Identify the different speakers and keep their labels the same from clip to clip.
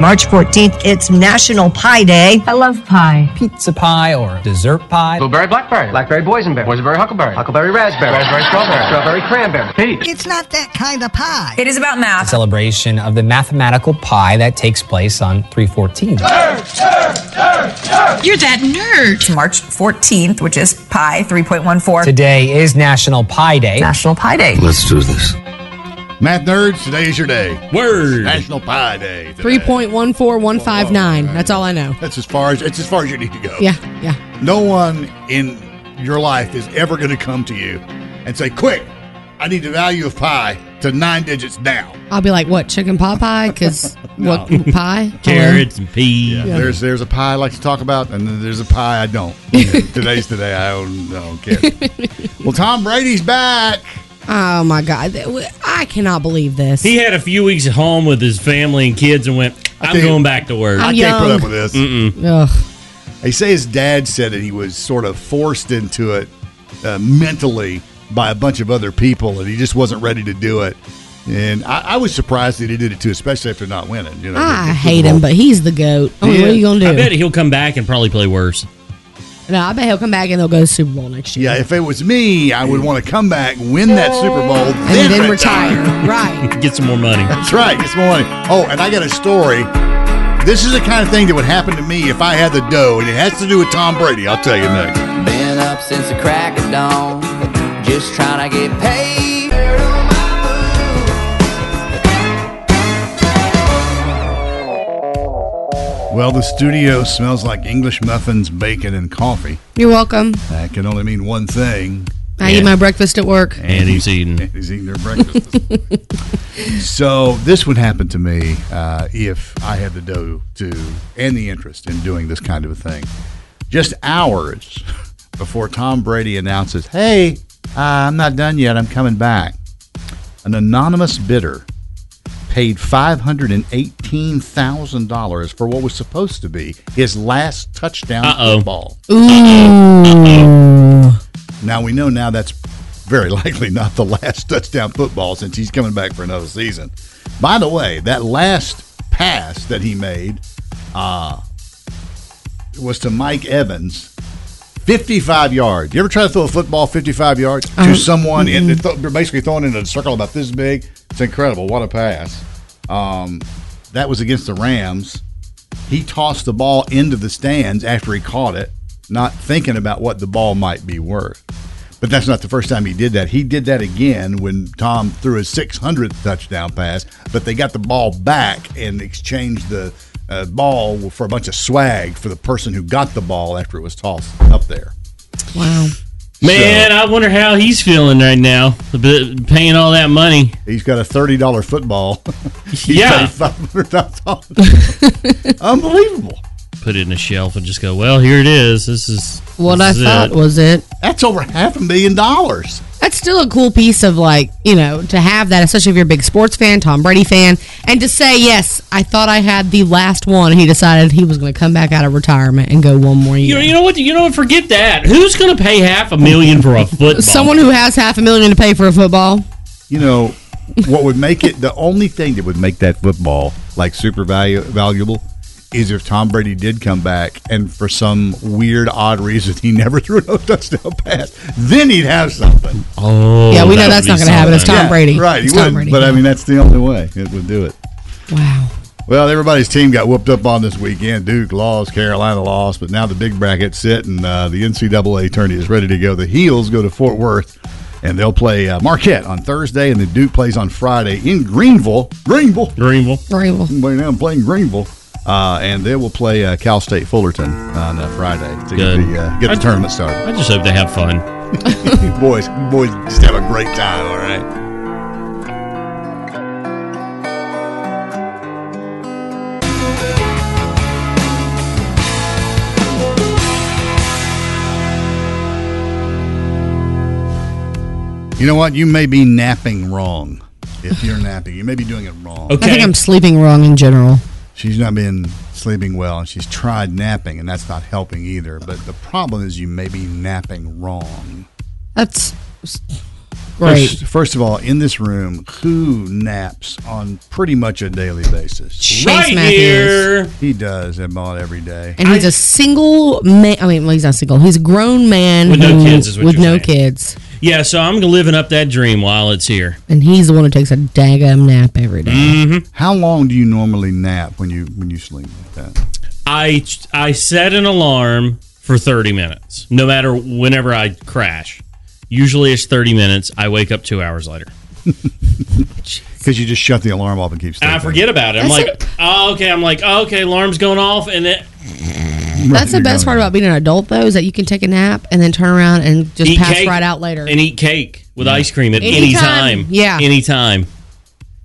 Speaker 1: March 14th, it's National Pie Day.
Speaker 2: I love pie.
Speaker 3: pizza pie or dessert pie.
Speaker 4: Blueberry, blackberry, blackberry, boysenberry, boysenberry, huckleberry, huckleberry, raspberry, raspberry, strawberry, strawberry, cranberry, peach.
Speaker 5: It's not that kind of pie.
Speaker 6: It is about
Speaker 3: A
Speaker 6: math.
Speaker 3: celebration of the mathematical pie that takes place on 314.
Speaker 2: You're that nerd.
Speaker 6: It's March 14th, which is Pi 3.14.
Speaker 3: Today is National Pie Day.
Speaker 6: National Pi Day.
Speaker 7: Let's do this.
Speaker 8: Math nerds, today is your day.
Speaker 7: Word.
Speaker 8: National Pie Day. today.
Speaker 2: 3.14159. That's all I know.
Speaker 8: That's as far as it's as far as you need to go.
Speaker 2: Yeah, yeah.
Speaker 8: No one in your life is ever going to come to you and say, "Quick, I need the value of pi to nine digits now."
Speaker 2: I'll be like, what, chicken pot pie? Because what, pie?
Speaker 7: Carrots and peas.
Speaker 8: There's there's a pie I like to talk about, and then there's a pie I don't. Today's today. I don't, I don't care. well, Tom Brady's back.
Speaker 2: Oh, my God. That- w- I cannot believe this.
Speaker 7: He had a few weeks at home with his family and kids and went,
Speaker 8: I
Speaker 7: I'm
Speaker 8: think-
Speaker 7: going back to work.
Speaker 2: I'm
Speaker 8: I can't put
Speaker 2: young.
Speaker 8: up with this.
Speaker 2: Ugh.
Speaker 8: They say his dad said that he was sort of forced into it uh, mentally by a bunch of other people, and he just wasn't ready to do it. And I, I was surprised that he did it too, especially after not winning. You know,
Speaker 2: I hate him, but he's the GOAT. I mean,
Speaker 8: He
Speaker 2: what are
Speaker 8: is.
Speaker 2: you going to do?
Speaker 7: I bet he'll come back and probably play worse.
Speaker 2: No, I bet he'll come back and they'll go to Super Bowl next year.
Speaker 8: yeah, if it was me, I would want to come back, win that Super Bowl,
Speaker 2: and then retire. right.
Speaker 7: Get some more money.
Speaker 8: That's right. This morning. Oh, and I got a story. This is the kind of thing that would happen to me if I had the dough, and it has to do with Tom Brady. I'll tell you next.
Speaker 9: Been up since the crack of dawn, just trying to get paid.
Speaker 8: Well, the studio smells like English muffins, bacon, and coffee.
Speaker 2: You're welcome.
Speaker 8: That can only mean one thing.
Speaker 2: I eat my breakfast at work.
Speaker 7: And he's eating.
Speaker 8: He's eating their breakfast. so this would happen to me uh, if I had the dough to and the interest in doing this kind of a thing. Just hours before Tom Brady announces, "Hey, uh, I'm not done yet. I'm coming back." An anonymous bidder paid five hundred and eighteen thousand dollars for what was supposed to be his last touchdown
Speaker 7: Uh-oh.
Speaker 8: football.
Speaker 2: Ooh.
Speaker 8: Now we know now that's very likely not the last touchdown football since he's coming back for another season. By the way, that last pass that he made uh, was to Mike Evans. 55 yards. You ever try to throw a football 55 yards to someone? And they're, th- they're basically throwing it in a circle about this big. It's incredible. What a pass. Um, that was against the Rams. He tossed the ball into the stands after he caught it, not thinking about what the ball might be worth. But that's not the first time he did that. He did that again when Tom threw his 600th touchdown pass, but they got the ball back and exchanged the uh, ball for a bunch of swag for the person who got the ball after it was tossed up there.
Speaker 2: Wow.
Speaker 7: Man, I wonder how he's feeling right now, b- paying all that money.
Speaker 8: He's got a $30 football. He
Speaker 7: Yeah.
Speaker 8: paid $500,000. Unbelievable.
Speaker 7: Put it in a shelf and just go, well, here it is. This is
Speaker 2: What I
Speaker 7: this is
Speaker 2: thought
Speaker 7: it."
Speaker 2: was it.
Speaker 8: That's over half a million dollars.
Speaker 2: That's still a cool piece of like, you know, to have that, especially if you're a big sports fan, Tom Brady fan, and to say, yes, I thought I had the last one, and he decided he was going to come back out of retirement and go one more
Speaker 7: You
Speaker 2: year.
Speaker 7: know, you know what? You know what? Forget that. Who's going to pay half a million for a football?
Speaker 2: Someone who has half a million to pay for a football.
Speaker 8: You know, what would make it the only thing that would make that football like super value, valuable is if Tom Brady did come back and for some weird odd reason he never threw no touchdown pass, then he'd have something.
Speaker 7: Oh,
Speaker 2: Yeah, we know
Speaker 7: that
Speaker 2: that's
Speaker 7: would
Speaker 2: not
Speaker 7: be
Speaker 2: going to happen. It's
Speaker 7: something.
Speaker 2: Tom Brady.
Speaker 8: right? He
Speaker 2: It's Tom
Speaker 8: wouldn't,
Speaker 2: Brady.
Speaker 8: but I mean that's the only way it would do it.
Speaker 2: wow.
Speaker 8: Well, everybody's team got whooped up on this weekend. Duke lost, Carolina lost, but now the big bracket's set and uh, the NCAA tourney is ready to go. The Heels go to Fort Worth and they'll play uh, Marquette on Thursday, and the Duke plays on Friday in Greenville. Greenville.
Speaker 7: Greenville.
Speaker 2: Unbelievable.
Speaker 8: Right now I'm playing Greenville. Uh, and they will play uh, Cal State Fullerton on uh, Friday to get
Speaker 7: Good.
Speaker 8: the, uh, get the
Speaker 7: I-
Speaker 8: tournament started.
Speaker 7: I just hope they have fun.
Speaker 8: boys, boys, just have a great time, all right? You know what? You may be napping wrong. If you're napping, you may be doing it wrong.
Speaker 7: Okay.
Speaker 2: I think I'm sleeping wrong in general.
Speaker 8: She's not been sleeping well, and she's tried napping, and that's not helping either. But the problem is, you may be napping wrong.
Speaker 2: That's great.
Speaker 8: First, first of all, in this room, who naps on pretty much a daily basis?
Speaker 2: Chase
Speaker 7: right
Speaker 2: Matthews.
Speaker 7: here.
Speaker 8: He does about every day.
Speaker 2: And he's a single man. I mean, well, he's not single. He's a grown man
Speaker 7: With no
Speaker 2: who-
Speaker 7: kids is what
Speaker 2: with
Speaker 7: you're
Speaker 2: no
Speaker 7: saying.
Speaker 2: kids,
Speaker 7: Yeah, so I'm living up that dream while it's here.
Speaker 2: and he's the one who takes a daggum nap every day.
Speaker 7: Mm.
Speaker 8: How long do you normally nap when you when you sleep like that?
Speaker 7: I I set an alarm for 30 minutes, no matter whenever I crash. Usually it's 30 minutes. I wake up two hours later.
Speaker 8: Because you just shut the alarm off and keep sleeping.
Speaker 7: I forget about it. I'm
Speaker 2: That's
Speaker 7: like, oh, okay. I'm like, oh, okay, alarm's going off, and then
Speaker 2: That's the
Speaker 8: You're
Speaker 2: best
Speaker 8: going-
Speaker 2: part about being an adult, though, is that you can take a nap and then turn around and just
Speaker 7: eat
Speaker 2: pass
Speaker 7: cake
Speaker 2: right out later.
Speaker 7: and eat cake with ice cream at any
Speaker 2: Anytime.
Speaker 7: time.
Speaker 2: Yeah.
Speaker 7: anytime.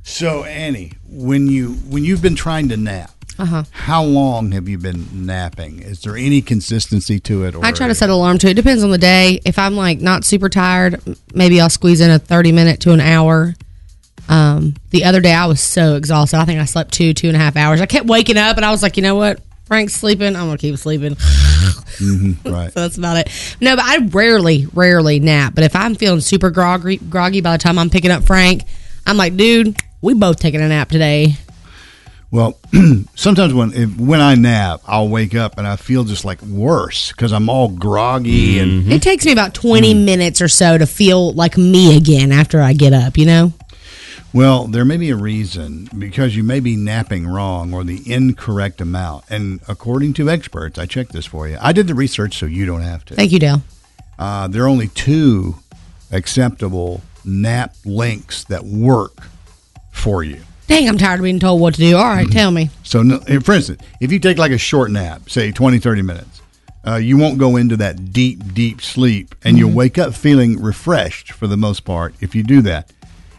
Speaker 8: So Annie, when you when you've been trying to nap, uh-huh. how long have you been napping? Is there any consistency to it? Or
Speaker 2: I try to set an alarm to it. Depends on the day. If I'm like not super tired, m- maybe I'll squeeze in a 30 minute to an hour. Um, the other day I was so exhausted. I think I slept two, two and a half hours. I kept waking up and I was like, you know what? Frank's sleeping. I'm gonna keep sleeping.
Speaker 8: Mm-hmm. right.
Speaker 2: So that's about it. No, but I rarely, rarely nap. But if I'm feeling super groggy, groggy by the time I'm picking up Frank, I'm like, dude, we both taking a nap today.
Speaker 8: Well, sometimes when if, when I nap, I'll wake up and I feel just like worse because I'm all groggy and
Speaker 7: Mm.
Speaker 2: It takes me about 20 minutes or so to feel like me again after I get up. You know?
Speaker 8: Well, there may be a reason because you may be napping wrong or the incorrect amount. And according to experts, I checked this for you. I did the research so you don't have to.
Speaker 2: Thank you, Dale.
Speaker 8: Uh, there are only two acceptable nap lengths that work for you.
Speaker 2: Dang, I'm tired of being told what to do. All right, tell me.
Speaker 8: So, no- eh, for instance, if you take like a short nap, say 20, 30 minutes, uh, you won't go into that deep, deep sleep and you'll wake up feeling refreshed for the most part if you do that.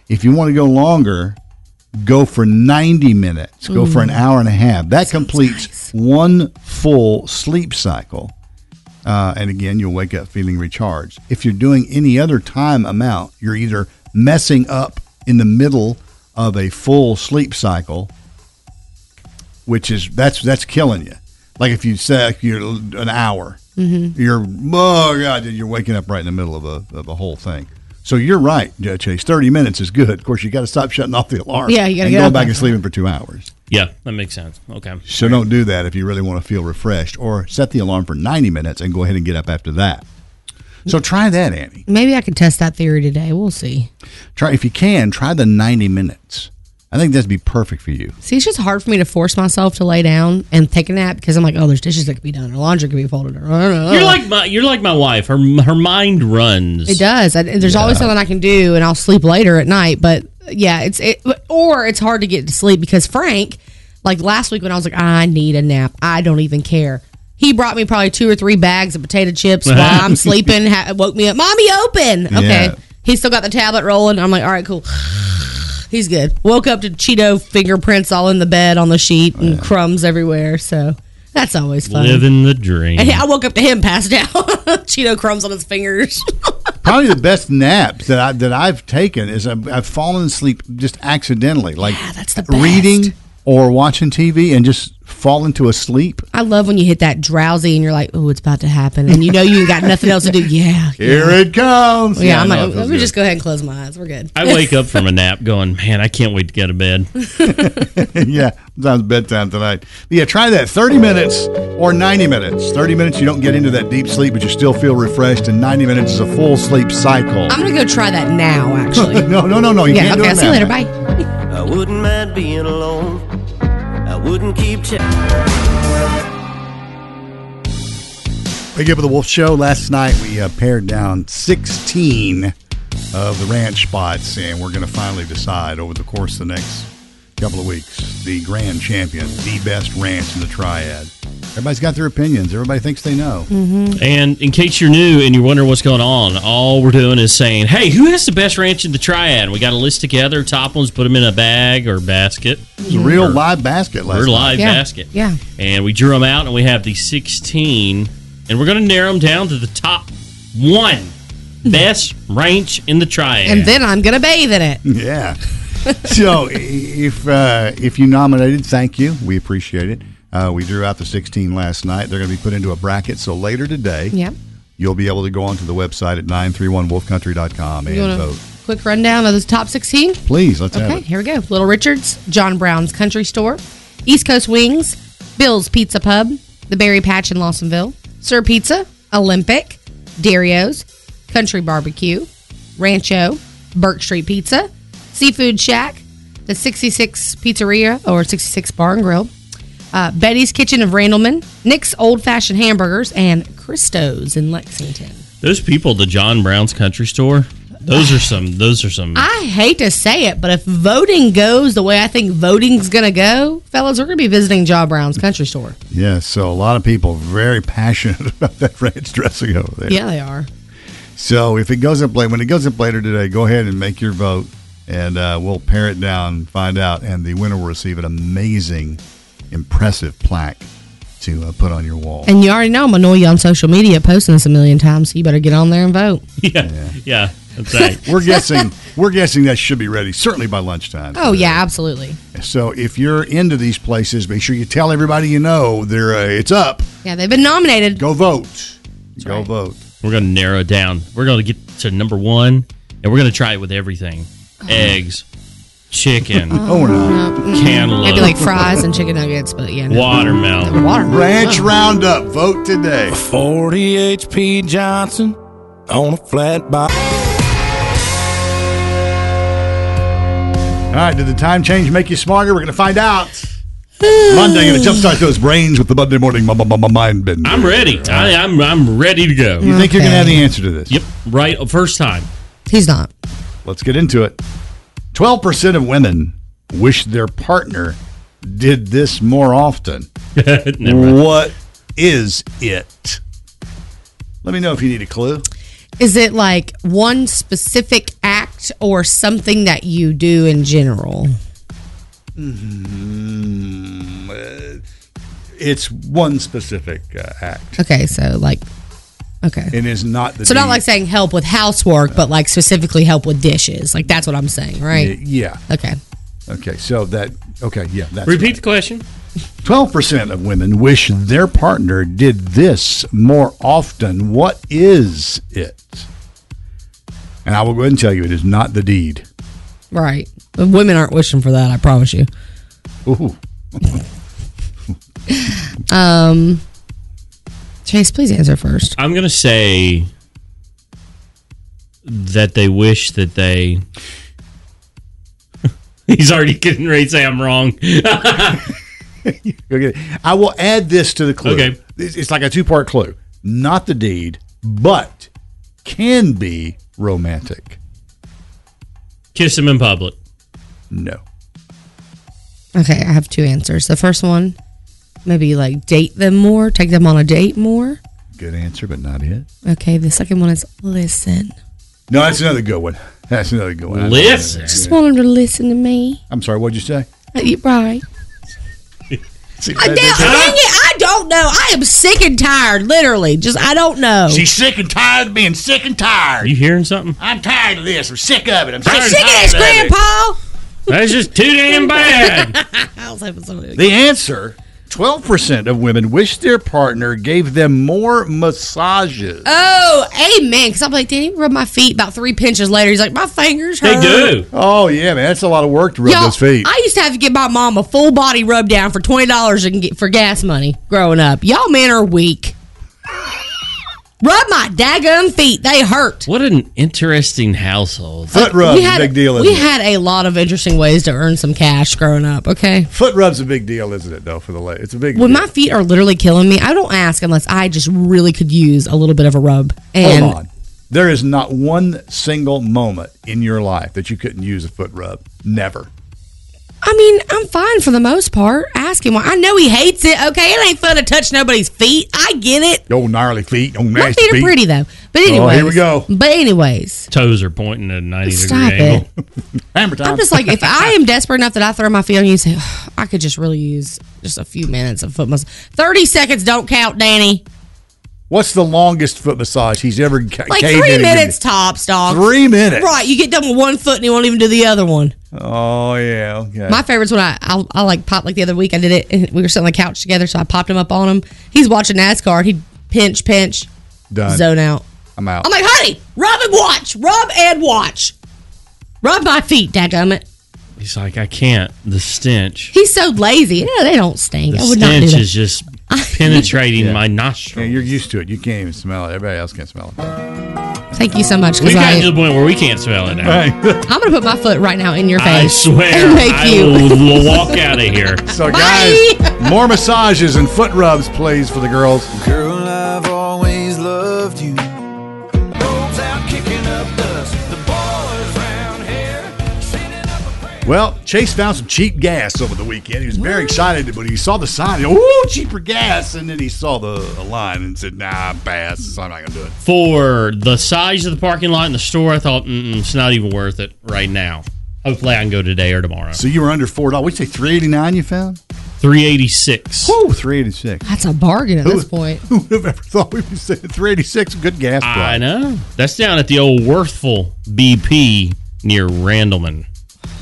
Speaker 8: If you want to go longer, go for 90 minutes, go for an hour and a half. That completes one full sleep cycle. Uh, and again, you'll wake up feeling recharged. If you're doing any other time amount, you're either messing up in the middle of a full sleep cycle which is that's that's killing you. Like if you say like, you're an hour,
Speaker 2: Mm-hmm.
Speaker 8: you're oh god, you're waking up right in the middle of a of a whole thing. So you're right, Judge Chase. Thirty minutes is good. Of course, you got to stop shutting off the alarm.
Speaker 2: Yeah, you gotta
Speaker 8: and
Speaker 2: get
Speaker 8: go
Speaker 2: up
Speaker 8: back
Speaker 2: there.
Speaker 8: and sleeping for two hours.
Speaker 7: Yeah, that makes sense. Okay.
Speaker 8: So don't do that if you really want to feel refreshed, or set the alarm for ninety minutes and go ahead and get up after that. So try that, Annie.
Speaker 2: Maybe I could test that theory today. We'll see.
Speaker 8: Try if you can. Try the ninety minutes. I think that'd be perfect for you.
Speaker 2: See, it's just hard for me to force myself to lay down and take a nap because I'm like, oh, there's dishes that could be done, or laundry could be folded, or I don't know.
Speaker 7: You're like my you're like my wife. Her her mind runs.
Speaker 2: it does. I, there's always something I can do, and I'll sleep later at night. But yeah, it's it, or it's hard to get to sleep because Frank, like last week when I was like, I need a nap. I don't even care. He brought me probably two or three bags of potato chips while I'm sleeping. Ha- woke me up, mommy, open. Okay,
Speaker 8: Yeah.
Speaker 2: he's still got the tablet rolling. I'm like, all right, cool. He's good. Woke up to Cheeto fingerprints all in the bed on the sheet and crumbs everywhere. So that's always fun.
Speaker 7: Living the dream.
Speaker 2: And I woke up to him passed out. Cheeto crumbs on his fingers.
Speaker 8: probably the best naps that I that I've taken is I've, I've fallen asleep just accidentally, like
Speaker 2: that's the
Speaker 8: reading
Speaker 2: best.
Speaker 8: or watching TV, and just falling to a sleep.
Speaker 2: I love when you hit that drowsy and you're like, oh, it's about to happen. And you know you ain't got nothing else to do. Yeah.
Speaker 8: Here
Speaker 2: yeah.
Speaker 8: it comes.
Speaker 2: Yeah, I'm
Speaker 8: no,
Speaker 2: like,
Speaker 8: it
Speaker 2: let
Speaker 8: feels
Speaker 2: me
Speaker 8: good.
Speaker 2: just go ahead and close my eyes. We're good.
Speaker 7: I wake up from a nap going, man, I can't wait to go to bed.
Speaker 8: yeah, sounds bedtime tonight. But yeah, try that. 30 minutes or 90 minutes. 30 minutes, you don't get into that deep sleep, but you still feel refreshed, and 90 minutes is a full sleep cycle.
Speaker 2: I'm going to go try that now, actually.
Speaker 8: no, no, no, no. You
Speaker 2: yeah.
Speaker 8: can't do
Speaker 2: Okay.
Speaker 8: it
Speaker 2: I'll see you
Speaker 8: now.
Speaker 2: later. Bye.
Speaker 9: I wouldn't mind being alone. I wouldn't keep checking.
Speaker 8: Big Up with the Wolf Show. Last night we uh, pared down 16 of the ranch spots, and we're going to finally decide over the course of the next couple of weeks the grand champion, the best ranch in the triad. Everybody's got their opinions. Everybody thinks they know.
Speaker 7: and in case you're new and you're wondering what's going on, all we're doing is saying, hey, who has the best ranch in the triad? We got a list together, top ones, put them in a bag or basket.
Speaker 8: It
Speaker 2: Mm-hmm.
Speaker 8: was a real live basket last
Speaker 7: We're
Speaker 8: night.
Speaker 7: live
Speaker 2: Yeah.
Speaker 7: basket.
Speaker 2: Yeah.
Speaker 7: And we drew them out, and we have the 16, and we're going to narrow them down to the top one best ranch in the triad.
Speaker 2: And then I'm going to bathe in it.
Speaker 8: Yeah. so i- if uh, if you nominated, thank you. We appreciate it. Uh, we drew out the 16 last night. They're going to be put into a bracket. So later today,
Speaker 2: Yeah.
Speaker 8: you'll be able to go onto the website at 931wolfcountry.com and
Speaker 2: You want a
Speaker 8: vote.
Speaker 2: quick rundown of those top 16?
Speaker 8: Please, let's
Speaker 2: Okay,
Speaker 8: have it.
Speaker 2: here we go. Little Richards, John Brown's Country Store, East Coast Wings, Bill's Pizza Pub, The Berry Patch in Lawsonville, Sir Pizza, Olympic, Dario's, Country Barbecue, Rancho, Burke Street Pizza, Seafood Shack, The 66 Pizzeria or 66 Bar and Grill, uh, Betty's Kitchen of Randleman, Nick's Old Fashioned Hamburgers, and Christo's in Lexington.
Speaker 7: Those people, at the John Brown's Country Store, those are some. Those are some.
Speaker 2: I hate to say it, but if voting goes the way I think voting's going to go, fellas, we're going to be visiting John Brown's Country Store.
Speaker 8: Yeah, so a lot of people very passionate about that ranch dressing over there.
Speaker 2: Yeah, they are.
Speaker 8: So if it goes up late, when it goes up later today, go ahead and make your vote, and uh, we'll pare it down, find out, and the winner will receive an amazing, impressive plaque to uh, put on your wall.
Speaker 2: And you already know I'm going to annoy you on social media posting this a million times, so you better get on there and vote.
Speaker 7: yeah, yeah, that's right.
Speaker 8: we're guessing, we're guessing that should be ready certainly by lunchtime.
Speaker 2: Oh, yeah, absolutely.
Speaker 8: So if you're into these places, make sure you tell everybody you know they're uh, it's up.
Speaker 2: Yeah, they've been nominated.
Speaker 8: Go vote. Go
Speaker 2: right.
Speaker 8: vote.
Speaker 7: We're going to narrow it down. We're going to get to number one, and we're going to try it with everything eggs, chicken,
Speaker 8: Oh, we're not.
Speaker 7: cantaloupe,
Speaker 2: Maybe like fries and chicken nuggets, but yeah. No.
Speaker 7: watermelon.
Speaker 2: Watermelon.
Speaker 8: Ranch Roundup. Vote today.
Speaker 5: 40 HP Johnson on a flat box.
Speaker 8: All right. Did the time change make you smarter? We're going to find out. Monday, going to jumpstart those brains with the Monday morning m- m- m- mind bend.
Speaker 7: I'm ready. I, I'm I'm ready to go.
Speaker 8: You think you're going to have the answer to this?
Speaker 7: Yep, right uh, first time.
Speaker 2: He's not.
Speaker 8: Let's get into it. 12% of women wish their partner did this more often. What is it? Let me know if you need a clue.
Speaker 2: Is it like one specific act or something that you do in general?
Speaker 8: It's one specific uh, act.
Speaker 2: Okay, so like, okay.
Speaker 8: It is not the
Speaker 2: So not
Speaker 8: deed.
Speaker 2: like saying help with housework, but like specifically help with dishes. Like that's what I'm saying, right?
Speaker 8: yeah.
Speaker 2: Okay.
Speaker 8: Okay. So that okay, yeah, that's
Speaker 7: Repeat the question.
Speaker 8: 12% of women wish their partner did this more often. What is it? And I will go ahead and tell you it is not the deed.
Speaker 2: Right. But women aren't wishing for that, I promise you.
Speaker 8: Ooh.
Speaker 2: Um Chase, please answer first.
Speaker 7: I'm gonna say that they wish that they. He's already getting ready to say I'm wrong.
Speaker 8: Go get it. I will add this to the clue.
Speaker 7: Okay.
Speaker 8: It's it's like a two part clue. Not the deed, but can be romantic.
Speaker 7: Kiss him in public.
Speaker 8: No.
Speaker 2: Okay, I have two answers. The first one, maybe like date them more, take them on a date more.
Speaker 8: Good answer, but not it.
Speaker 2: Okay, the second one is listen.
Speaker 8: No, that's another good one. That's another good one.
Speaker 7: Listen.
Speaker 2: Just want them to listen to me.
Speaker 8: I'm sorry, what'd you say?
Speaker 2: You right.
Speaker 8: See,
Speaker 2: I, dang
Speaker 8: that- that's it.
Speaker 2: it, I don't know. I am sick and tired, literally. Just I don't know.
Speaker 5: She's sick and tired of being sick and
Speaker 7: Are
Speaker 5: tired.
Speaker 7: you hearing something?
Speaker 5: I'm tired of this. I'm sick of it. I'm sick,
Speaker 2: I'm
Speaker 5: and
Speaker 2: sick of
Speaker 5: tired
Speaker 2: this,
Speaker 5: of it.
Speaker 2: Grandpa.
Speaker 7: That's just too damn bad.
Speaker 2: I was hoping somebody would
Speaker 8: The answer 12% of women wish their partner gave them more massages.
Speaker 2: Oh, amen. Because I'm like, did he rub my feet about three pinches later? He's like, my fingers hurt.
Speaker 8: Oh, yeah, man. That's a lot of work to rub
Speaker 2: Y'all,
Speaker 8: those feet.
Speaker 2: I used to have to give my mom a full body rub down for twenty dollars and get for gas money growing up. Y'all men are weak. rub my daggum feet; they hurt.
Speaker 7: What an interesting household.
Speaker 8: Foot rub's a big deal, isn't
Speaker 2: We
Speaker 8: it?
Speaker 2: had a lot of interesting ways to earn some cash growing up. Okay,
Speaker 8: Foot rub's a big deal, isn't it, though, for the lady? It's a big
Speaker 2: when
Speaker 8: deal.
Speaker 2: my feet are literally killing me, I don't ask unless I just really could use a little bit of a
Speaker 8: Oh,
Speaker 2: rub. And
Speaker 8: Hold on. There is not one single moment in your life that you couldn't use a foot rub. Never.
Speaker 2: I mean, I'm fine for the most part. Ask him why. I know he hates it. Okay, it ain't fun to touch nobody's feet. I get it.
Speaker 8: Yo, gnarly feet. Oh,
Speaker 2: My
Speaker 8: nasty
Speaker 2: feet are pretty though. But
Speaker 8: Oh, here
Speaker 2: anyways,
Speaker 8: we go.
Speaker 2: But anyways.
Speaker 7: Toes are pointing at a 90
Speaker 2: Stop
Speaker 7: degree angle.
Speaker 8: Hammer time.
Speaker 2: I'm just like, if I am desperate enough that I throw my feet on you, and say, "Oh, I could just really use just a few minutes of foot massage. Thirty seconds don't count, Danny.
Speaker 8: What's the longest foot massage he's ever ca-
Speaker 2: Like
Speaker 8: caved
Speaker 2: three
Speaker 8: in and given
Speaker 2: minutes
Speaker 8: you?
Speaker 2: tops, dog.
Speaker 8: Three minutes.
Speaker 2: Right? You get done with one foot and you won't even do the other one.
Speaker 8: Oh yeah. Okay.
Speaker 2: My favorite's when I, I I like popped like the other week. I did it and we were sitting on the couch together, so I popped him up on him. He's watching NASCAR. He would pinch, pinch,
Speaker 8: Done.
Speaker 2: zone out. Oh,
Speaker 8: I'm out.
Speaker 2: I'm like, honey, rub and watch, rub and watch, rub my feet, dadgummit.
Speaker 7: He's like, I can't. The stench.
Speaker 2: He's so lazy. Yeah, they don't stink.
Speaker 7: The
Speaker 2: I would not do
Speaker 7: stench
Speaker 2: that.
Speaker 7: is just penetrating my
Speaker 8: yeah,
Speaker 7: nostrils.
Speaker 8: you're used to it. You can't even smell it. Everybody else can smell it.
Speaker 2: Thank you so much. 'cause
Speaker 7: We've gotten
Speaker 2: I-
Speaker 7: to the point where we can't smell it now.
Speaker 2: I'm gonna put my foot right now in your
Speaker 7: I
Speaker 2: face.
Speaker 7: swear,
Speaker 2: and make
Speaker 7: I
Speaker 2: you.
Speaker 7: will will walk out of here.
Speaker 8: So
Speaker 2: Bye.
Speaker 8: guys, more massages and foot rubs, please, for the girls.
Speaker 9: Girl, I've always loved you.
Speaker 8: Well, Chase found some cheap gas over the weekend. He was very excited when he saw the sign. He, Ooh, cheaper gas! And then he saw the the line and said, "Nah, pass. I'm not gonna do it."
Speaker 7: For the size of the parking lot and the store, I thought, Mm-mm, it's not even worth it right now. Hopefully, I can go today or tomorrow.
Speaker 8: So you were under four dollars. What'd you say, three eighty nine? You found?
Speaker 7: 386.
Speaker 8: Woo, three eighty six.
Speaker 2: That's a bargain at this point.
Speaker 8: Who would have ever thought we'd be saying three eighty six? Good gas price.
Speaker 7: I know. That's down at the old Worthful BP near Randleman.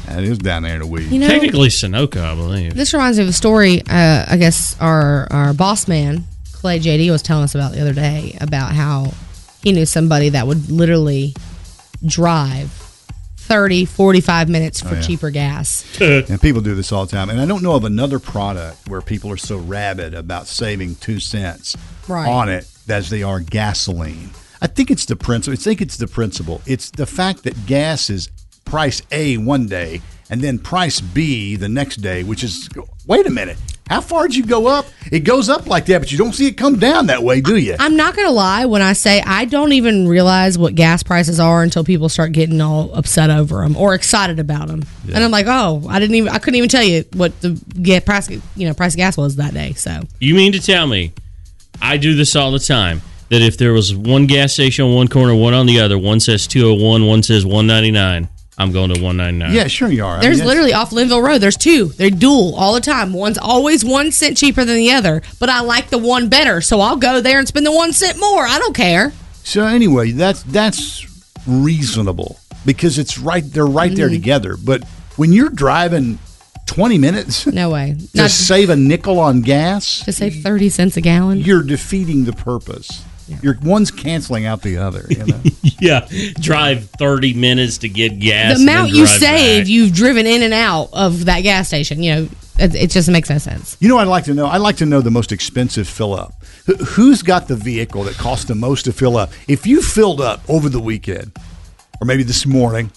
Speaker 8: That is down there in the weeds.
Speaker 2: You know,
Speaker 7: Technically Sunoco, I believe.
Speaker 2: this reminds me of a story. Uh, I guess our our boss man Clay JD was telling us about the other day about how he knew somebody that would literally drive 30, 45 minutes for
Speaker 7: Oh,
Speaker 8: yeah.
Speaker 2: cheaper gas.
Speaker 8: And people do this all the time. And I don't know of another product where people are so rabid about saving two cents
Speaker 2: Right.
Speaker 8: on it as they are gasoline. I think it's the principle. I think it's the principle. It's the fact that gas is price A one day and then price B the next day, which is wait a minute. How far did you go up? It goes up like that, but you don't see it come down that way, do you?
Speaker 2: I'm not gonna lie when I say I don't even realize what gas prices are until people start getting all upset over them or excited about them, and I'm like, oh, I didn't even, I couldn't even tell you what the get price, you know, price of gas was that day. So
Speaker 7: You mean to tell me I do this all the time that if there was one gas station on one corner, one on the other, one says 201, one says 199, I'm going to 199.
Speaker 8: yeah, sure you are. I mean,
Speaker 2: there's
Speaker 8: that's-
Speaker 2: literally off Linville Road, there's two, they're dual all the time. One's always one cent cheaper than the other, but I like the one better, so I'll go there and spend the one cent more. I don't care.
Speaker 8: So anyway, that's that's reasonable because it's right they're right there together. But when you're driving 20 minutes to
Speaker 2: No way. Not to
Speaker 8: save a nickel on gas,
Speaker 2: save thirty cents a gallon.
Speaker 8: you're defeating the purpose. Your one's canceling out the other. You know?
Speaker 7: Yeah. Drive 30 minutes to get gas.
Speaker 2: the
Speaker 7: and then
Speaker 2: amount you
Speaker 7: drive
Speaker 2: save,
Speaker 7: back.
Speaker 2: you've driven in and out of that gas station. You know, it, it just makes no sense.
Speaker 8: you know, what I'd like to know. I'd like to know the most expensive fill up. Who- Who's got the vehicle that costs the most to fill up? If you filled up over the weekend, or maybe this morning,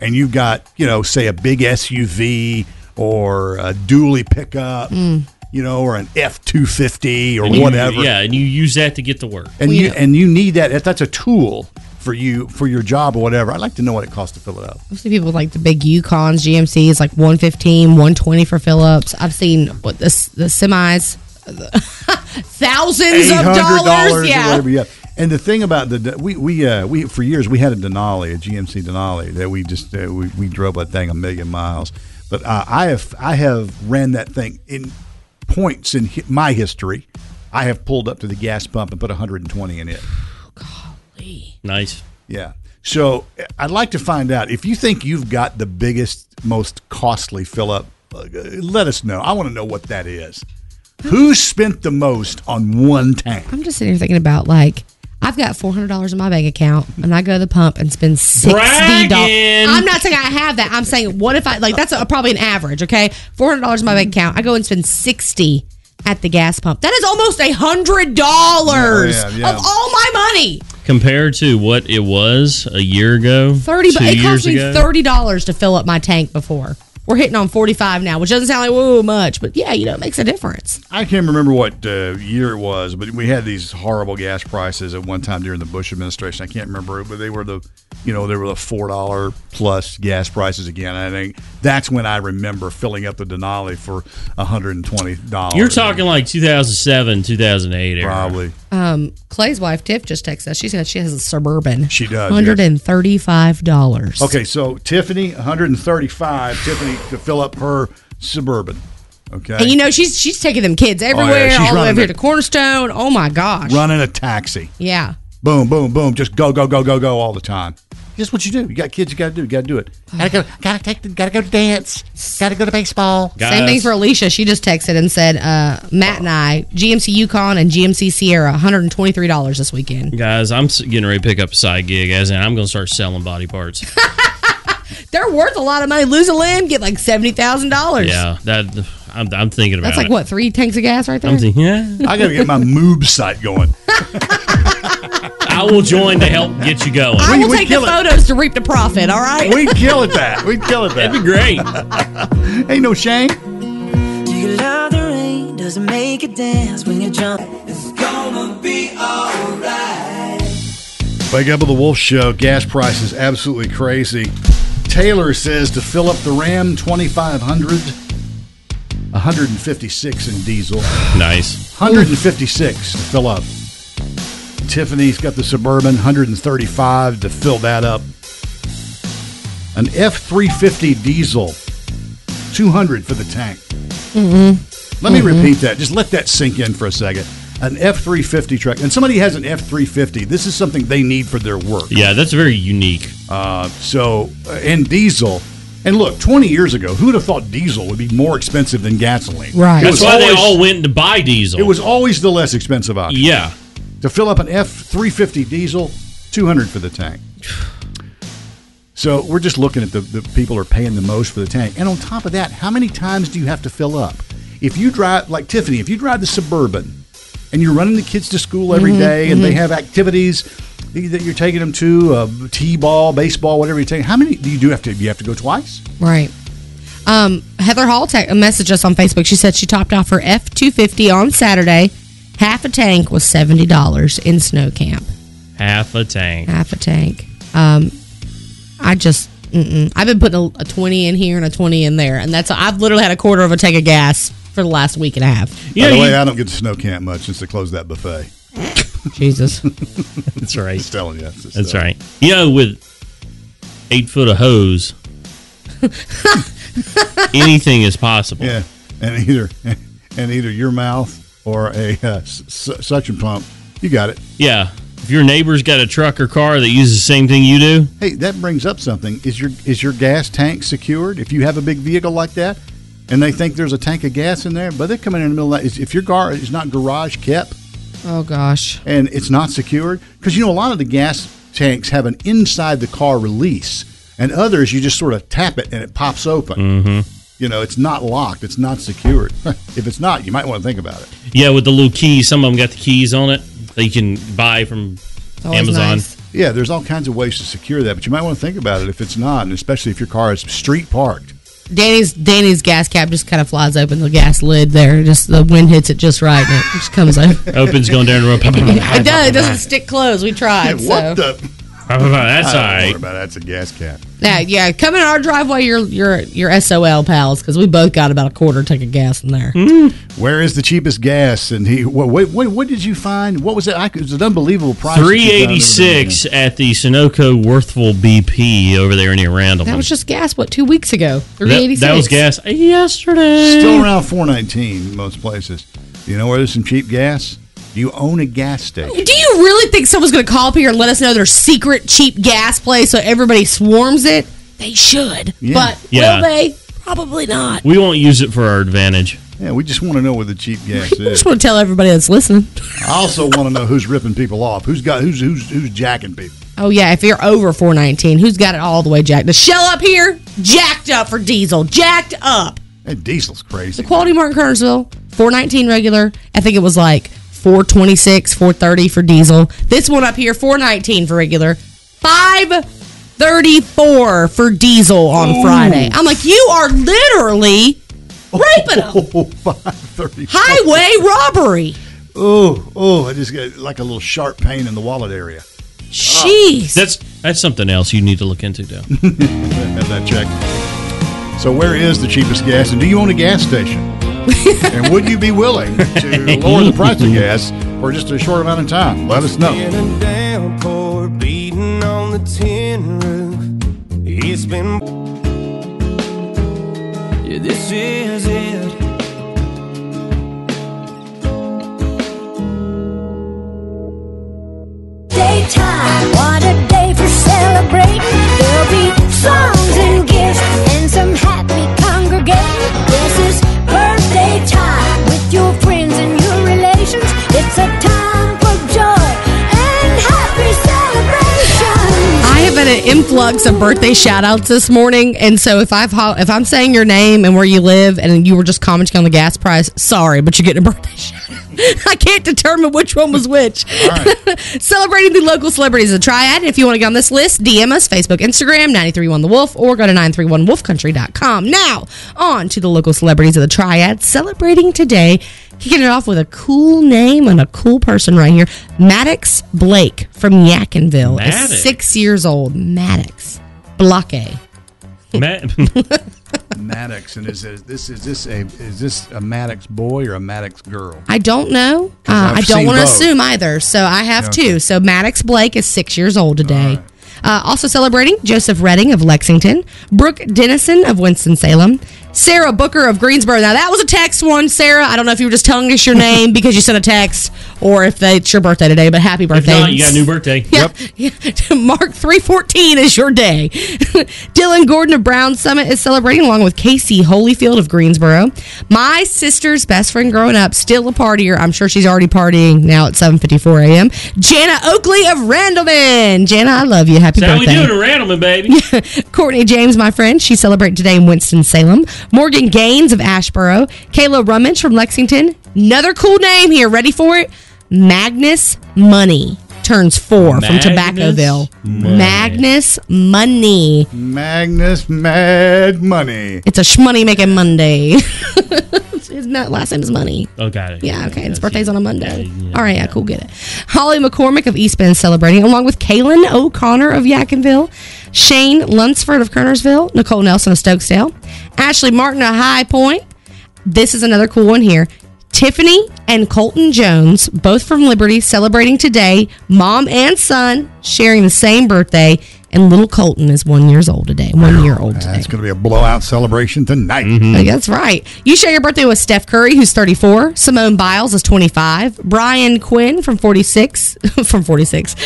Speaker 8: and you got, you know, say a big SUV or a dually pickup,
Speaker 2: Hmm.
Speaker 8: you know, or an F two fifty or
Speaker 7: And you-
Speaker 8: whatever.
Speaker 7: yeah, and you use that to get to work.
Speaker 8: And
Speaker 2: Well,
Speaker 8: you
Speaker 2: yeah.
Speaker 8: and you need that if that's a tool for you for your job or whatever. I'd like to know what it costs to fill it up.
Speaker 2: I've seen people with, like the big Yukons, GMCs, like 115, 120 for Phillips. I've seen what this the semis, thousands of
Speaker 8: or
Speaker 2: dollars. Yeah.
Speaker 8: whatever. Yeah. And the thing about the we we uh, we for years we had a Denali, a GMC Denali that we just uh, we, we drove that thing a million miles. But uh, I have I have ran that thing in points in hi- my history. I have pulled up to the gas pump and put 120 in it.
Speaker 7: Nice.
Speaker 8: Yeah. So uh, I'd like to find out if you think you've got the biggest, most costly fill up. uh, Let us know. I want to know what that is. Who spent the most on one tank?
Speaker 2: I'm just sitting here thinking about like I've got four hundred dollars in my bank account, and I go to the pump and spend sixty dollars.
Speaker 7: Bragging.
Speaker 2: I'm not saying I have that. I'm saying what if I like that's a, probably an average. Okay, four hundred dollars in my bank account. I go and spend sixty at the gas pump. That is almost a hundred dollars
Speaker 7: Yeah, yeah.
Speaker 2: of all my money.
Speaker 7: Compared to what it was a year ago,
Speaker 2: Thirty.
Speaker 7: two
Speaker 2: bu- It
Speaker 7: years
Speaker 2: cost me
Speaker 7: ago,
Speaker 2: thirty dollars to fill up my tank before. We're hitting on forty five now, which doesn't sound like woo much, but yeah, you know it makes a difference.
Speaker 8: I can't remember what uh, year it was, but we had these horrible gas prices at one time during the Bush administration. I can't remember, but they were the, you know, they were the four dollar plus gas prices again. I think that's when I remember filling up the Denali for hundred and twenty dollars.
Speaker 7: You're talking like 2007, 2008 era.
Speaker 8: Probably.
Speaker 2: Um, Clay's wife Tiff just texted us. She said she has a suburban.
Speaker 8: She does.
Speaker 2: Hundred and thirty-five dollars.
Speaker 8: Okay, so Tiffany, one hundred and thirty five. Tiffany to fill up her suburban. Okay,
Speaker 2: And you know she's she's taking them kids
Speaker 8: Oh, yeah,
Speaker 2: everywhere,
Speaker 8: she's
Speaker 2: all the way
Speaker 8: running
Speaker 2: over here
Speaker 8: it.
Speaker 2: to Cornerstone. Oh my gosh!
Speaker 8: running a taxi.
Speaker 2: Yeah.
Speaker 8: Boom, boom, boom. Just go, go, go, go, go all the time. Just what you do. You got kids. You got to do. You got to do it. Gotta go. Gotta take. The, gotta go to dance. Gotta go to baseball.
Speaker 2: Same thing for Alicia. She just texted and said, uh, "Matt and I, GMC Yukon and GMC Sierra, one hundred and twenty-three dollars this weekend.
Speaker 7: Guys, I'm s- getting ready to pick up a side gig, as in I'm going to start selling body parts.
Speaker 2: They're worth a lot of money. Lose a limb, get like seventy thousand dollars.
Speaker 7: yeah, that I'm, I'm thinking about.
Speaker 2: That's like
Speaker 7: it.
Speaker 2: what three tanks of gas right there.
Speaker 7: I'm thinking, yeah.
Speaker 8: I gotta get my moob site going.
Speaker 7: I will join to help get you going.
Speaker 2: I will take the photos to reap the profit. All right.
Speaker 8: We'd kill it that. We'd kill it that.
Speaker 7: That'd be great.
Speaker 8: Ain't no shame.
Speaker 10: Do you love the rain? Does it make you dance when you jump? It's gonna be alright.
Speaker 8: Wake up with the Wolf Show. Gas prices absolutely crazy. Taylor says to fill up the Ram 2500, 156 in diesel.
Speaker 7: Nice.
Speaker 8: 156 to fill up. Tiffany's got the Suburban 135 to fill that up. An F350 diesel 200 for the tank. Let me repeat that. Just let that sink in for a second. An F350 truck. And somebody has an F350. This is something they need for their work.
Speaker 7: Yeah, that's very unique.
Speaker 8: Uh, so, uh, and diesel. And look, 20 years ago, who'd have thought diesel would be more expensive than gasoline? It
Speaker 7: That's
Speaker 8: was
Speaker 7: why they
Speaker 8: always-
Speaker 7: all went to buy diesel.
Speaker 8: it was always the less expensive option.
Speaker 7: Yeah.
Speaker 8: To fill up an F three fifty diesel, two hundred for the tank. So we're just looking at the, the people are paying the most for the tank. And on top of that, how many times do you have to fill up? If you drive like Tiffany, if you drive the suburban and you're running the kids to school every
Speaker 5: Mhm,
Speaker 8: day, and they
Speaker 5: mhm.
Speaker 8: have activities that you're taking them to, uh, t-ball, baseball, whatever you take. How many do you do have to? You have to go twice.
Speaker 2: Right. Um, Heather Hall te- messaged us on Facebook. She said she topped off her F two fifty on Saturday. Half a tank was seventy dollars in snow camp.
Speaker 7: Half a tank.
Speaker 2: Half a tank. Um, I just mm-mm. I've been putting a, a twenty in here and a twenty in there, and that's I've literally had a quarter of a tank of gas for the last week and a half.
Speaker 8: By the way, I don't get to snow camp much since they closed that buffet.
Speaker 2: Jesus,
Speaker 7: that's right.
Speaker 8: Just telling you. Just
Speaker 7: That's
Speaker 8: telling you.
Speaker 7: right. You know, with eight foot of hose, anything is possible.
Speaker 8: Yeah, and either and either your mouth or a uh, s- s- suction pump. You got it.
Speaker 7: Yeah. If your neighbor's got a truck or car that uses the same thing you do,
Speaker 8: Hey, that brings up something. Is your is your gas tank secured? If you have a big vehicle like that, and they think there's a tank of gas in there, but they come in in the middle of the night. If your car is not garage kept
Speaker 2: Oh gosh.
Speaker 8: and it's not secured, because you know a lot of the gas tanks have an inside the car release, and others you just sort of tap it and it pops open. You know, it's not locked. It's not secured. if it's not, you might want to think about it.
Speaker 7: yeah, with the little keys, some of them got the keys on it that you can buy from Amazon.
Speaker 8: Yeah, there's all kinds of ways to secure that, but you might want to think about it if it's not, and especially if your car is street parked.
Speaker 2: Danny's Danny's gas cap just kind of flies open the gas lid there. Just the wind hits it just right, and it just comes out.
Speaker 7: Opens going down the road.
Speaker 2: It does. It doesn't stick closed. We tried. so.
Speaker 8: what the?
Speaker 7: That's
Speaker 8: I
Speaker 7: all
Speaker 8: don't worry
Speaker 7: right.
Speaker 8: about it. That's a gas cap.
Speaker 2: Yeah, yeah. Come in our driveway, your your your SOL pals, because we both got about a quarter tank of gas in there.
Speaker 7: Hmm.
Speaker 8: Where is the cheapest gas? And he, what, wait, what, what did you find? What was it? I, it was an unbelievable price. that you found over the
Speaker 7: 386 at the Sunoco Worthville BP over there near Randall.
Speaker 2: That was just gas. What two weeks ago? Three eighty
Speaker 7: that,
Speaker 2: six.
Speaker 7: that was gas yesterday.
Speaker 8: internet. Still around 419 in most places. You know where there's some cheap gas? You own a gas station.
Speaker 2: Do you really think someone's going to call up here and let us know their secret cheap gas place so everybody swarms it? They should,
Speaker 7: Yeah.
Speaker 2: but
Speaker 7: Yeah.
Speaker 2: will they? Probably not.
Speaker 7: We won't use it for our advantage.
Speaker 8: Yeah, we just want to know where the cheap gas
Speaker 2: I
Speaker 8: is.
Speaker 2: just want to tell everybody that's listening.
Speaker 8: I also want to know who's ripping people off. Who's got who's who's who's jacking people.
Speaker 2: Oh yeah, if you're over 419, who's got it all the way jacked? The shell up here, jacked up for diesel, jacked up.
Speaker 8: That diesel's crazy.
Speaker 2: The quality mark in Kernersville, 419 regular. I think it was like 426, 430 for diesel. This one up here, 419 for regular, 534 for diesel on
Speaker 8: Ooh.
Speaker 2: Friday. I'm like, you are literally raping them. Highway robbery.
Speaker 8: Oh, oh, I just got like a little sharp pain in the wallet area.
Speaker 2: Jeez.
Speaker 7: That's that's something else you need to look into, though.
Speaker 8: Have that checked. So where is the cheapest gas and do you own a gas station? and would you be willing to lower the price of gas for just a short amount of time? Let us know.
Speaker 10: In a downpour, beating on the tin roof. It's been. Yeah, this is it.
Speaker 11: Daytime, what a day for celebrating. There'll be songs and gifts and some happy congregating. This is birthday time with your friends and your relations. It's a time for joy and happy celebration.
Speaker 2: I have had an influx of birthday shout outs this morning. And so if I've ho- if I'm saying your name and where you live and you were just commenting on the gas price, sorry, but you're getting a birthday shout out. I can't determine which one was which. Celebrating the local celebrities of the triad. If you want to get on this list, DM us, Facebook, Instagram, 931 The Wolf, or go to 931wolfcountry.com. Now, on to the local celebrities of the triad. Celebrating today, kicking it off with a cool name and a cool person right here Maddox Blake from Yakinville. is
Speaker 7: Maddox.
Speaker 2: Six years old. Maddox. Block A.
Speaker 7: Matt,
Speaker 8: Maddox, and is it- this is this a is this a Maddox boy or a Maddox girl?
Speaker 2: I don't know. Uh,
Speaker 8: I've
Speaker 2: I don't
Speaker 8: seen
Speaker 2: want to
Speaker 8: both.
Speaker 2: assume either. So I have
Speaker 8: Yeah,
Speaker 2: two. So Maddox Blake is six years old today. Uh, also celebrating Joseph Redding of Lexington, Brooke Dennison of Winston-Salem, Sarah Booker of Greensboro. Now, that was a text one, Sarah. I don't know if you were just telling us your name because you sent a text or if they, it's your birthday today, but happy
Speaker 7: if
Speaker 2: birthday.
Speaker 7: not, you got a new birthday.
Speaker 2: Yeah. Yeah. Mark 314 is your day. Dylan Gordon of Brown Summit is celebrating along with Casey Holyfield of Greensboro. My sister's best friend growing up, still a partier. I'm sure she's already partying now at 7.54 a.m. Jana Oakley of Randleman. Jana, I love you. Happy
Speaker 7: That's how we
Speaker 2: birthday.
Speaker 7: do it around them, baby.
Speaker 2: Courtney James, my friend, she celebrated today in Winston-Salem. Morgan Gaines of Ashboro. Kayla Rummage from Lexington. Another cool name here. Ready for it? Magnus Money turns four
Speaker 8: Magnus
Speaker 2: from Tobaccoville.
Speaker 8: Money.
Speaker 2: Magnus Money.
Speaker 8: Magnus Mad Money.
Speaker 2: It's a shmoney making Monday. Isn't that last name is Money?
Speaker 7: Oh, got it.
Speaker 2: Yeah, okay. His birthday's on a Monday. All right, yeah, cool, get it. Holly McCormick of East Bend celebrating, along with Kaylin O'Connor of Yakinville, Shane Lunsford of Kernersville, Nicole Nelson of Stokesdale, Ashley Martin of High Point. This is another cool one here. Tiffany and Colton Jones, both from Liberty, celebrating today. Mom and son sharing the same birthday, and little Colton is one years old today. One year old today.
Speaker 8: It's going to be a blowout celebration tonight.
Speaker 2: Like, That's right. You share your birthday with Steph Curry, who's 34. Simone Biles is 25. Brian Quinn from 46. from 46.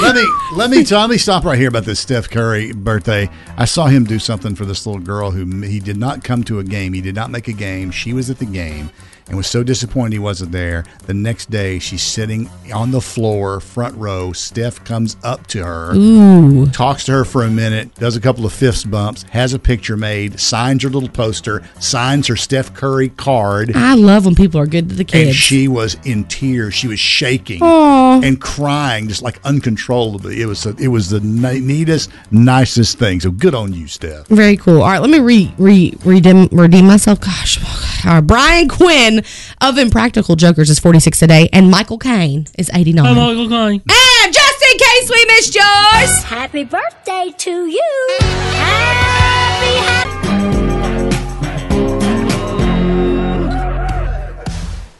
Speaker 8: let me let me let me stop right here about this Steph Curry birthday. I saw him do something for this little girl who he did not come to a game. He did not make a game. She was at the game and was so disappointed he wasn't there. The next day, she's sitting on the floor, front row. Steph comes up to her,
Speaker 2: Ooh.
Speaker 8: talks to her for a minute, does a couple of fist bumps, has a picture made, signs her little poster, signs her Steph Curry card.
Speaker 2: I love when people are good to the
Speaker 8: And
Speaker 2: kids.
Speaker 8: she was in tears. She was shaking
Speaker 2: Aw.
Speaker 8: and crying, just like uncontrollably. It was a, it was the ni- neatest, nicest thing. So good on you, Steph.
Speaker 2: Very cool. All right, let me re, re redeem redeem myself. Gosh, oh All right, Brian Quinn of Impractical Jokers is 46 today, and Michael Caine is 89.
Speaker 7: I'm Michael Klein.
Speaker 2: And just in case we missed yours,
Speaker 11: happy birthday to you. Happy, happy.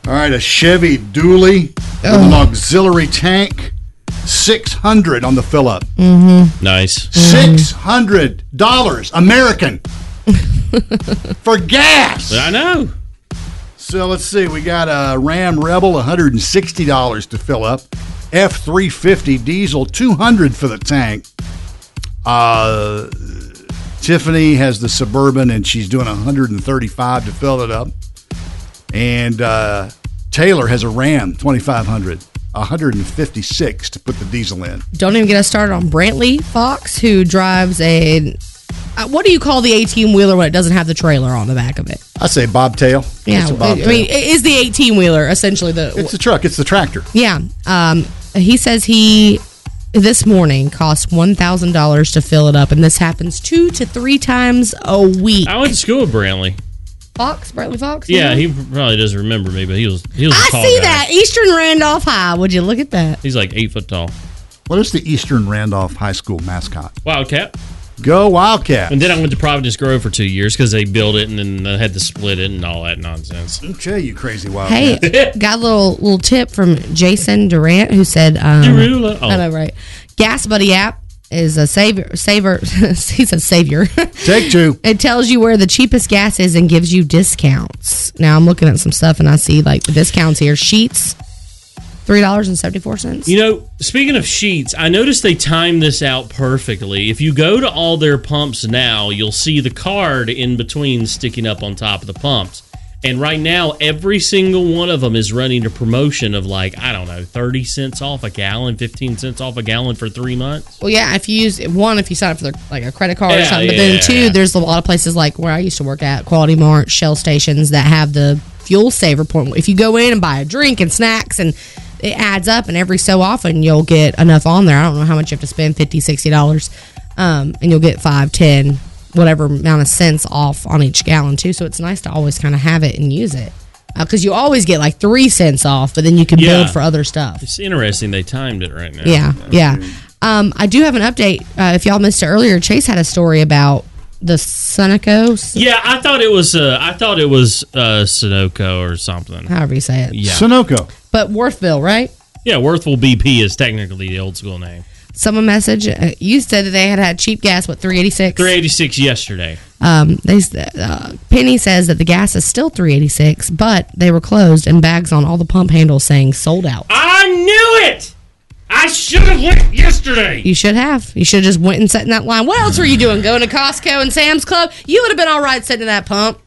Speaker 8: All right, a Chevy Dually with an auxiliary tank, six hundred on the fill up,
Speaker 2: Mm-hmm.
Speaker 7: Nice.
Speaker 8: six hundred dollars American for gas.
Speaker 7: I know.
Speaker 8: So let's see. We got a Ram Rebel, $160 to fill up. F 350 diesel, 200 for the tank. Uh, Tiffany has the Suburban and she's doing 135 to fill it up. And uh, Taylor has a Ram 2500, 156 to put the diesel in.
Speaker 2: Don't even get us started on Brantley Fox, who drives a. uh, What do you call the 18 wheeler when it doesn't have the trailer on the back of it?
Speaker 8: I say bobtail.
Speaker 2: Yeah,
Speaker 8: It's a
Speaker 2: I I
Speaker 8: bobtail.
Speaker 2: mean, it is the 18 wheeler essentially the.
Speaker 8: it's the truck. It's the tractor.
Speaker 2: yeah, um, he says he this morning cost one thousand dollars to fill it up, and this happens two to three times a week.
Speaker 7: I went to school with Brantley.
Speaker 2: Fox, Brantley Fox. you
Speaker 7: Yeah,
Speaker 2: know?
Speaker 7: he probably doesn't remember me, but he was he was a
Speaker 2: I
Speaker 7: tall
Speaker 2: see
Speaker 7: guy.
Speaker 2: that Eastern Randolph High. Would you look at that?
Speaker 7: He's like eight foot tall.
Speaker 8: What is the Eastern Randolph High School mascot?
Speaker 7: Wildcat.
Speaker 8: Go Wildcat.
Speaker 7: And then I went to Providence Grove for two years because they built it and then they had to split it and all that nonsense.
Speaker 8: Okay, you crazy
Speaker 2: Hey, got a little little tip from Jason Durant who said, um,
Speaker 7: Derulo. Oh.
Speaker 2: I know, right? Gas Buddy app is a savior. Saver. he's a savior.
Speaker 8: Take two.
Speaker 2: It tells you where the cheapest gas is and gives you discounts. Now I'm looking at some stuff and I see like the discounts here. Sheets, three dollars and seventy four cents.
Speaker 7: You know, speaking of sheets, I noticed they timed this out perfectly. If you go to all their pumps now, you'll see the card in between sticking up on top of the pumps. And right now, every single one of them is running a promotion of like, I don't know, 30 cents off a gallon, 15 cents off a gallon for three months.
Speaker 2: Well, yeah. If you use one, if you sign up for the, like a credit card or
Speaker 7: Yeah,
Speaker 2: something, but
Speaker 7: yeah,
Speaker 2: then
Speaker 7: yeah,
Speaker 2: two,
Speaker 7: yeah.
Speaker 2: there's a lot of places like where I used to work at, Quality Mart, Shell stations that have the fuel saver point. If you go in and buy a drink and snacks, and it adds up, and every so often you'll get enough on there. I don't know how much you have to spend 50 dollars, um, and you'll get five, ten, whatever amount of cents off on each gallon too. So it's nice to always kind of have it and use it because you always get like three cents off, but then you can
Speaker 7: Yeah.
Speaker 2: build for other stuff.
Speaker 7: It's interesting they timed it right now.
Speaker 2: Yeah, yeah. Um, I do have an update. Uh, if y'all missed it earlier, Chase had a story about the Sunoco,
Speaker 7: Yeah, I thought it was uh, I thought it was uh, Sunoco or something.
Speaker 2: however you say it.
Speaker 7: Yeah.
Speaker 8: Sunoco.
Speaker 2: But Worthville, right?
Speaker 7: Yeah, Worthville BP is technically the old school name.
Speaker 2: Someone message. Uh, you said that they had had cheap gas. What three eighty six?
Speaker 7: 386 yesterday.
Speaker 2: Um, they s- uh, Penny says that the gas is still three eighty six, but they were closed and bags on all the pump handles saying sold out.
Speaker 7: I knew it. I should have went yesterday.
Speaker 2: You should have. You should have just went and sat in that line. What else were you doing? Going to Costco and Sam's Club? You would have been all right sitting in that pump,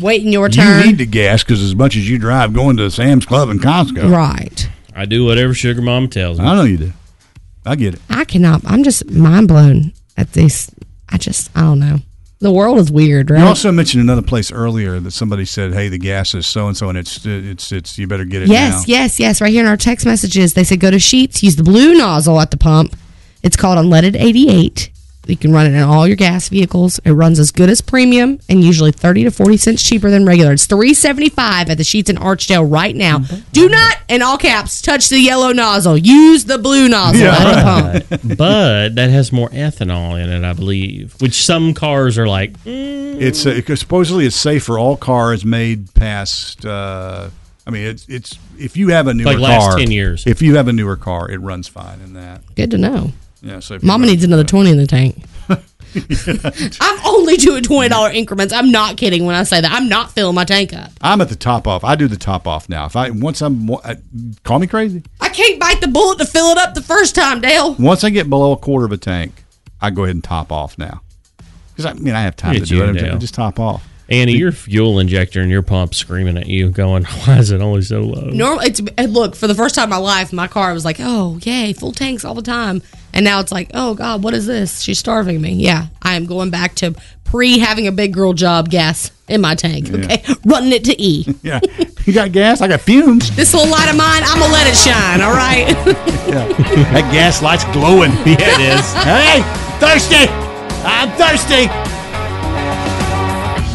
Speaker 2: waiting your turn.
Speaker 8: You need to gas because as much as you drive going to Sam's Club and Costco.
Speaker 2: Right.
Speaker 7: I do whatever sugar mom tells me.
Speaker 8: I know you do. I get it.
Speaker 2: I cannot. I'm just mind blown at these. I just, I don't know. The world is weird, right?
Speaker 8: You also mentioned another place earlier that somebody said, "Hey, the gas is so and so, and it's it's it's you better get it now."
Speaker 2: yes, yes, yes. Right here in our text messages, they said go to Sheets, use the blue nozzle at the pump. It's called Unleaded 88. You can run it in all your gas vehicles. It runs as good as premium and usually 30 to 40 cents cheaper than regular. It's 375 at the Sheets in Archdale right now. Do not, in all caps, touch the yellow nozzle. Use the blue nozzle at the pump.
Speaker 7: But, but that has more ethanol in it, I believe, which some cars are like,
Speaker 8: It's uh, 'cause supposedly it's safe for all cars made past. Uh, I mean, it's it's if you have a newer
Speaker 7: Like last
Speaker 8: car,
Speaker 7: 10 years.
Speaker 8: If you have a newer car, it runs fine in that.
Speaker 2: Good to know.
Speaker 8: Yeah, so if you
Speaker 2: Mama
Speaker 8: run-
Speaker 2: needs another 20 in the tank. I'm only doing $20 increments. I'm not kidding when I say that. I'm not filling my tank up.
Speaker 8: I'm at the top off. I do the top off now. If I once I'm I, call me crazy.
Speaker 2: I can't bite the bullet to fill it up the first time, Dale.
Speaker 8: Once I get below a quarter of a tank, I go ahead and top off now. Because I mean, I have time
Speaker 7: Look
Speaker 8: to
Speaker 7: at
Speaker 8: do
Speaker 7: you,
Speaker 8: it.
Speaker 7: Dale.
Speaker 8: I just top off.
Speaker 7: Annie, your fuel injector and your pump screaming at you, going, why is it only so low?
Speaker 2: Normal, it's, and look, for the first time in my life, my car was like, oh, yay, full tanks all the time. And now it's like, oh, God, what is this? She's starving me. Yeah, I am going back to pre having a big girl job gas in my tank, okay? Running it to E.
Speaker 8: Yeah, you got gas. I got fumes.
Speaker 2: This little light of mine, I'm going to let it shine, all right?
Speaker 8: Yeah. that gas light's glowing.
Speaker 7: Yeah, it is.
Speaker 8: hey, thirsty. I'm thirsty.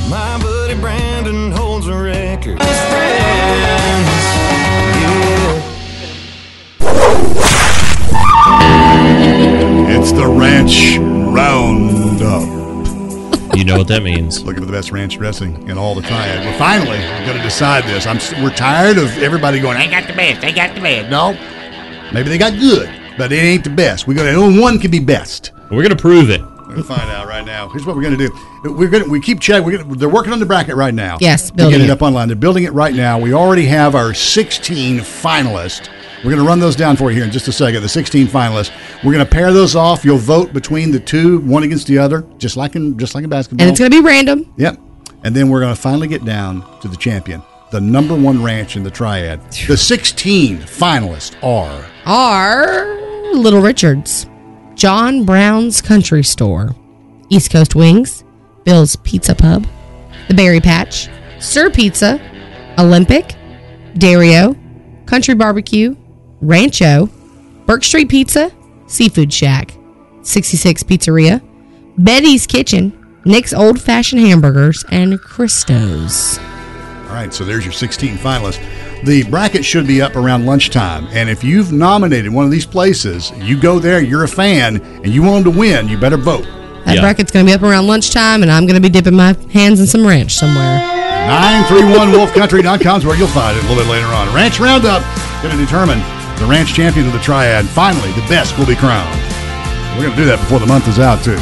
Speaker 10: My buddy Brandon holds a record. Best friends. Yeah.
Speaker 8: It's the ranch roundup.
Speaker 7: You know what that means.
Speaker 8: Looking for the best ranch dressing in all the triad. We're finally going to decide this. I'm. s- We're tired of everybody going. I got the best. I got the best. No, maybe they got good, but it ain't the best. We're gonna. Only one can be best.
Speaker 7: We're going to prove it.
Speaker 8: We're gonna find out right now. Here's what we're gonna do. We're gonna we keep checking. We're gonna, they're working on the bracket right now.
Speaker 2: Yes,
Speaker 8: they're
Speaker 2: building
Speaker 8: getting it
Speaker 2: it.
Speaker 8: up online. They're building it right now. We already have our 16 finalists. We're gonna run those down for you here in just a second. The 16 finalists. We're gonna pair those off. You'll vote between the two, one against the other, just like in just like in basketball.
Speaker 2: and it's going to be random.
Speaker 8: Yep. And then we're going to finally get down to the champion. the number one ranch in the triad. The 16 finalists are
Speaker 2: are Little Richards, John Brown's Country Store, East Coast Wings, Bill's Pizza Pub, The Berry Patch, Sir Pizza, Olympic, Dario, Country Barbecue, Rancho, Burke Street Pizza, Seafood Shack, 66 Pizzeria, Betty's Kitchen, Nick's Old Fashioned Hamburgers, and Christo's.
Speaker 8: All right, so there's your 16 finalists. The bracket should be up around lunchtime. And if you've nominated one of these places, you go there, you're a fan, and you want them to win, you better vote.
Speaker 2: That bracket's going to be up around lunchtime, and I'm going to be dipping my hands in some ranch somewhere.
Speaker 8: 931wolfcountry.com is where you'll find it a little bit later on. Ranch Roundup going to determine the ranch champion of the triad. Finally, the best will be crowned. We're going to do that before the month is out, too.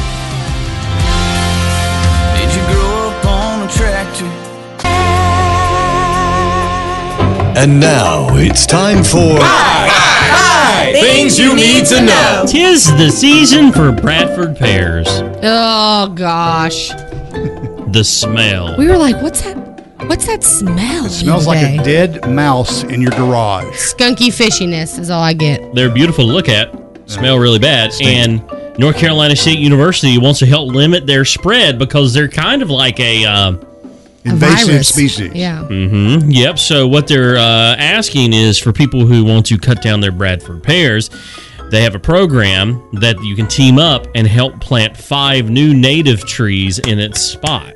Speaker 10: Did you grow up on a tractor?
Speaker 12: And now it's time for
Speaker 7: Things you need to know. Tis the season for Bradford pears.
Speaker 2: Oh, gosh.
Speaker 7: The smell.
Speaker 2: We were like, what's that? What's that smell? It
Speaker 8: Smells like a dead mouse in your garage.
Speaker 2: skunky fishiness is all I get.
Speaker 7: They're beautiful to look at, smell really bad, and North Carolina State University wants to help limit their spread because they're kind of like a. Um,
Speaker 8: Invasive virus. species.
Speaker 2: Yeah.
Speaker 7: hmm Yep. So what they're uh, asking is for people who want to cut down their Bradford pears, they have a program that you can team up and help plant five new native trees in its spot.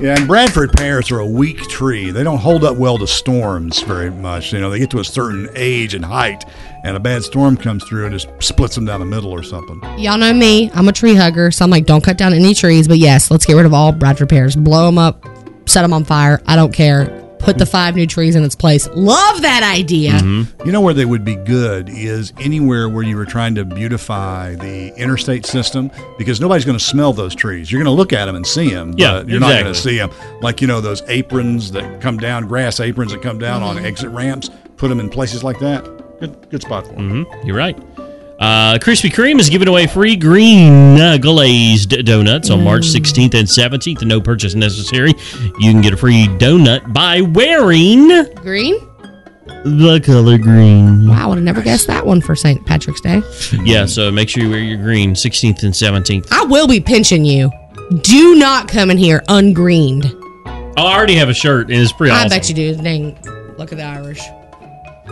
Speaker 8: Yeah, and Bradford pears are a weak tree. They don't hold up well to storms very much. You know, they get to a certain age and height, and a bad storm comes through and just splits them down the middle or something.
Speaker 2: Y'all know me. I'm a tree hugger, so I'm like, don't cut down any trees. But yes, let's get rid of all Bradford pears. Blow them up, set them on fire. I don't care. Put the five new trees in its place. Love that idea.
Speaker 8: You know where they would be good is anywhere where you were trying to beautify the interstate system because nobody's going to smell those trees. You're going to look at them and see them,
Speaker 7: Yeah,
Speaker 8: but you're not going to
Speaker 7: exactly.
Speaker 8: see them. Like, you know, those aprons that come down, grass aprons that come down on exit ramps, put them in places like that. Good, good spot for them.
Speaker 7: hmm You're right. Uh, Krispy Kreme is giving away free green uh, glazed donuts on March
Speaker 2: Mm.
Speaker 7: 16th and 17th. No purchase necessary. You can get a free donut by wearing
Speaker 2: Green?
Speaker 7: the color green.
Speaker 2: Wow, I would have never guessed that one for St. Patrick's Day.
Speaker 7: Yeah, so make sure you wear your green 16th and 17th.
Speaker 2: I will be pinching you. Do not come in here ungreened.
Speaker 7: Oh, I already have a shirt, and it's pretty
Speaker 2: I
Speaker 7: awesome.
Speaker 2: bet you do. Dang, look at the Irish.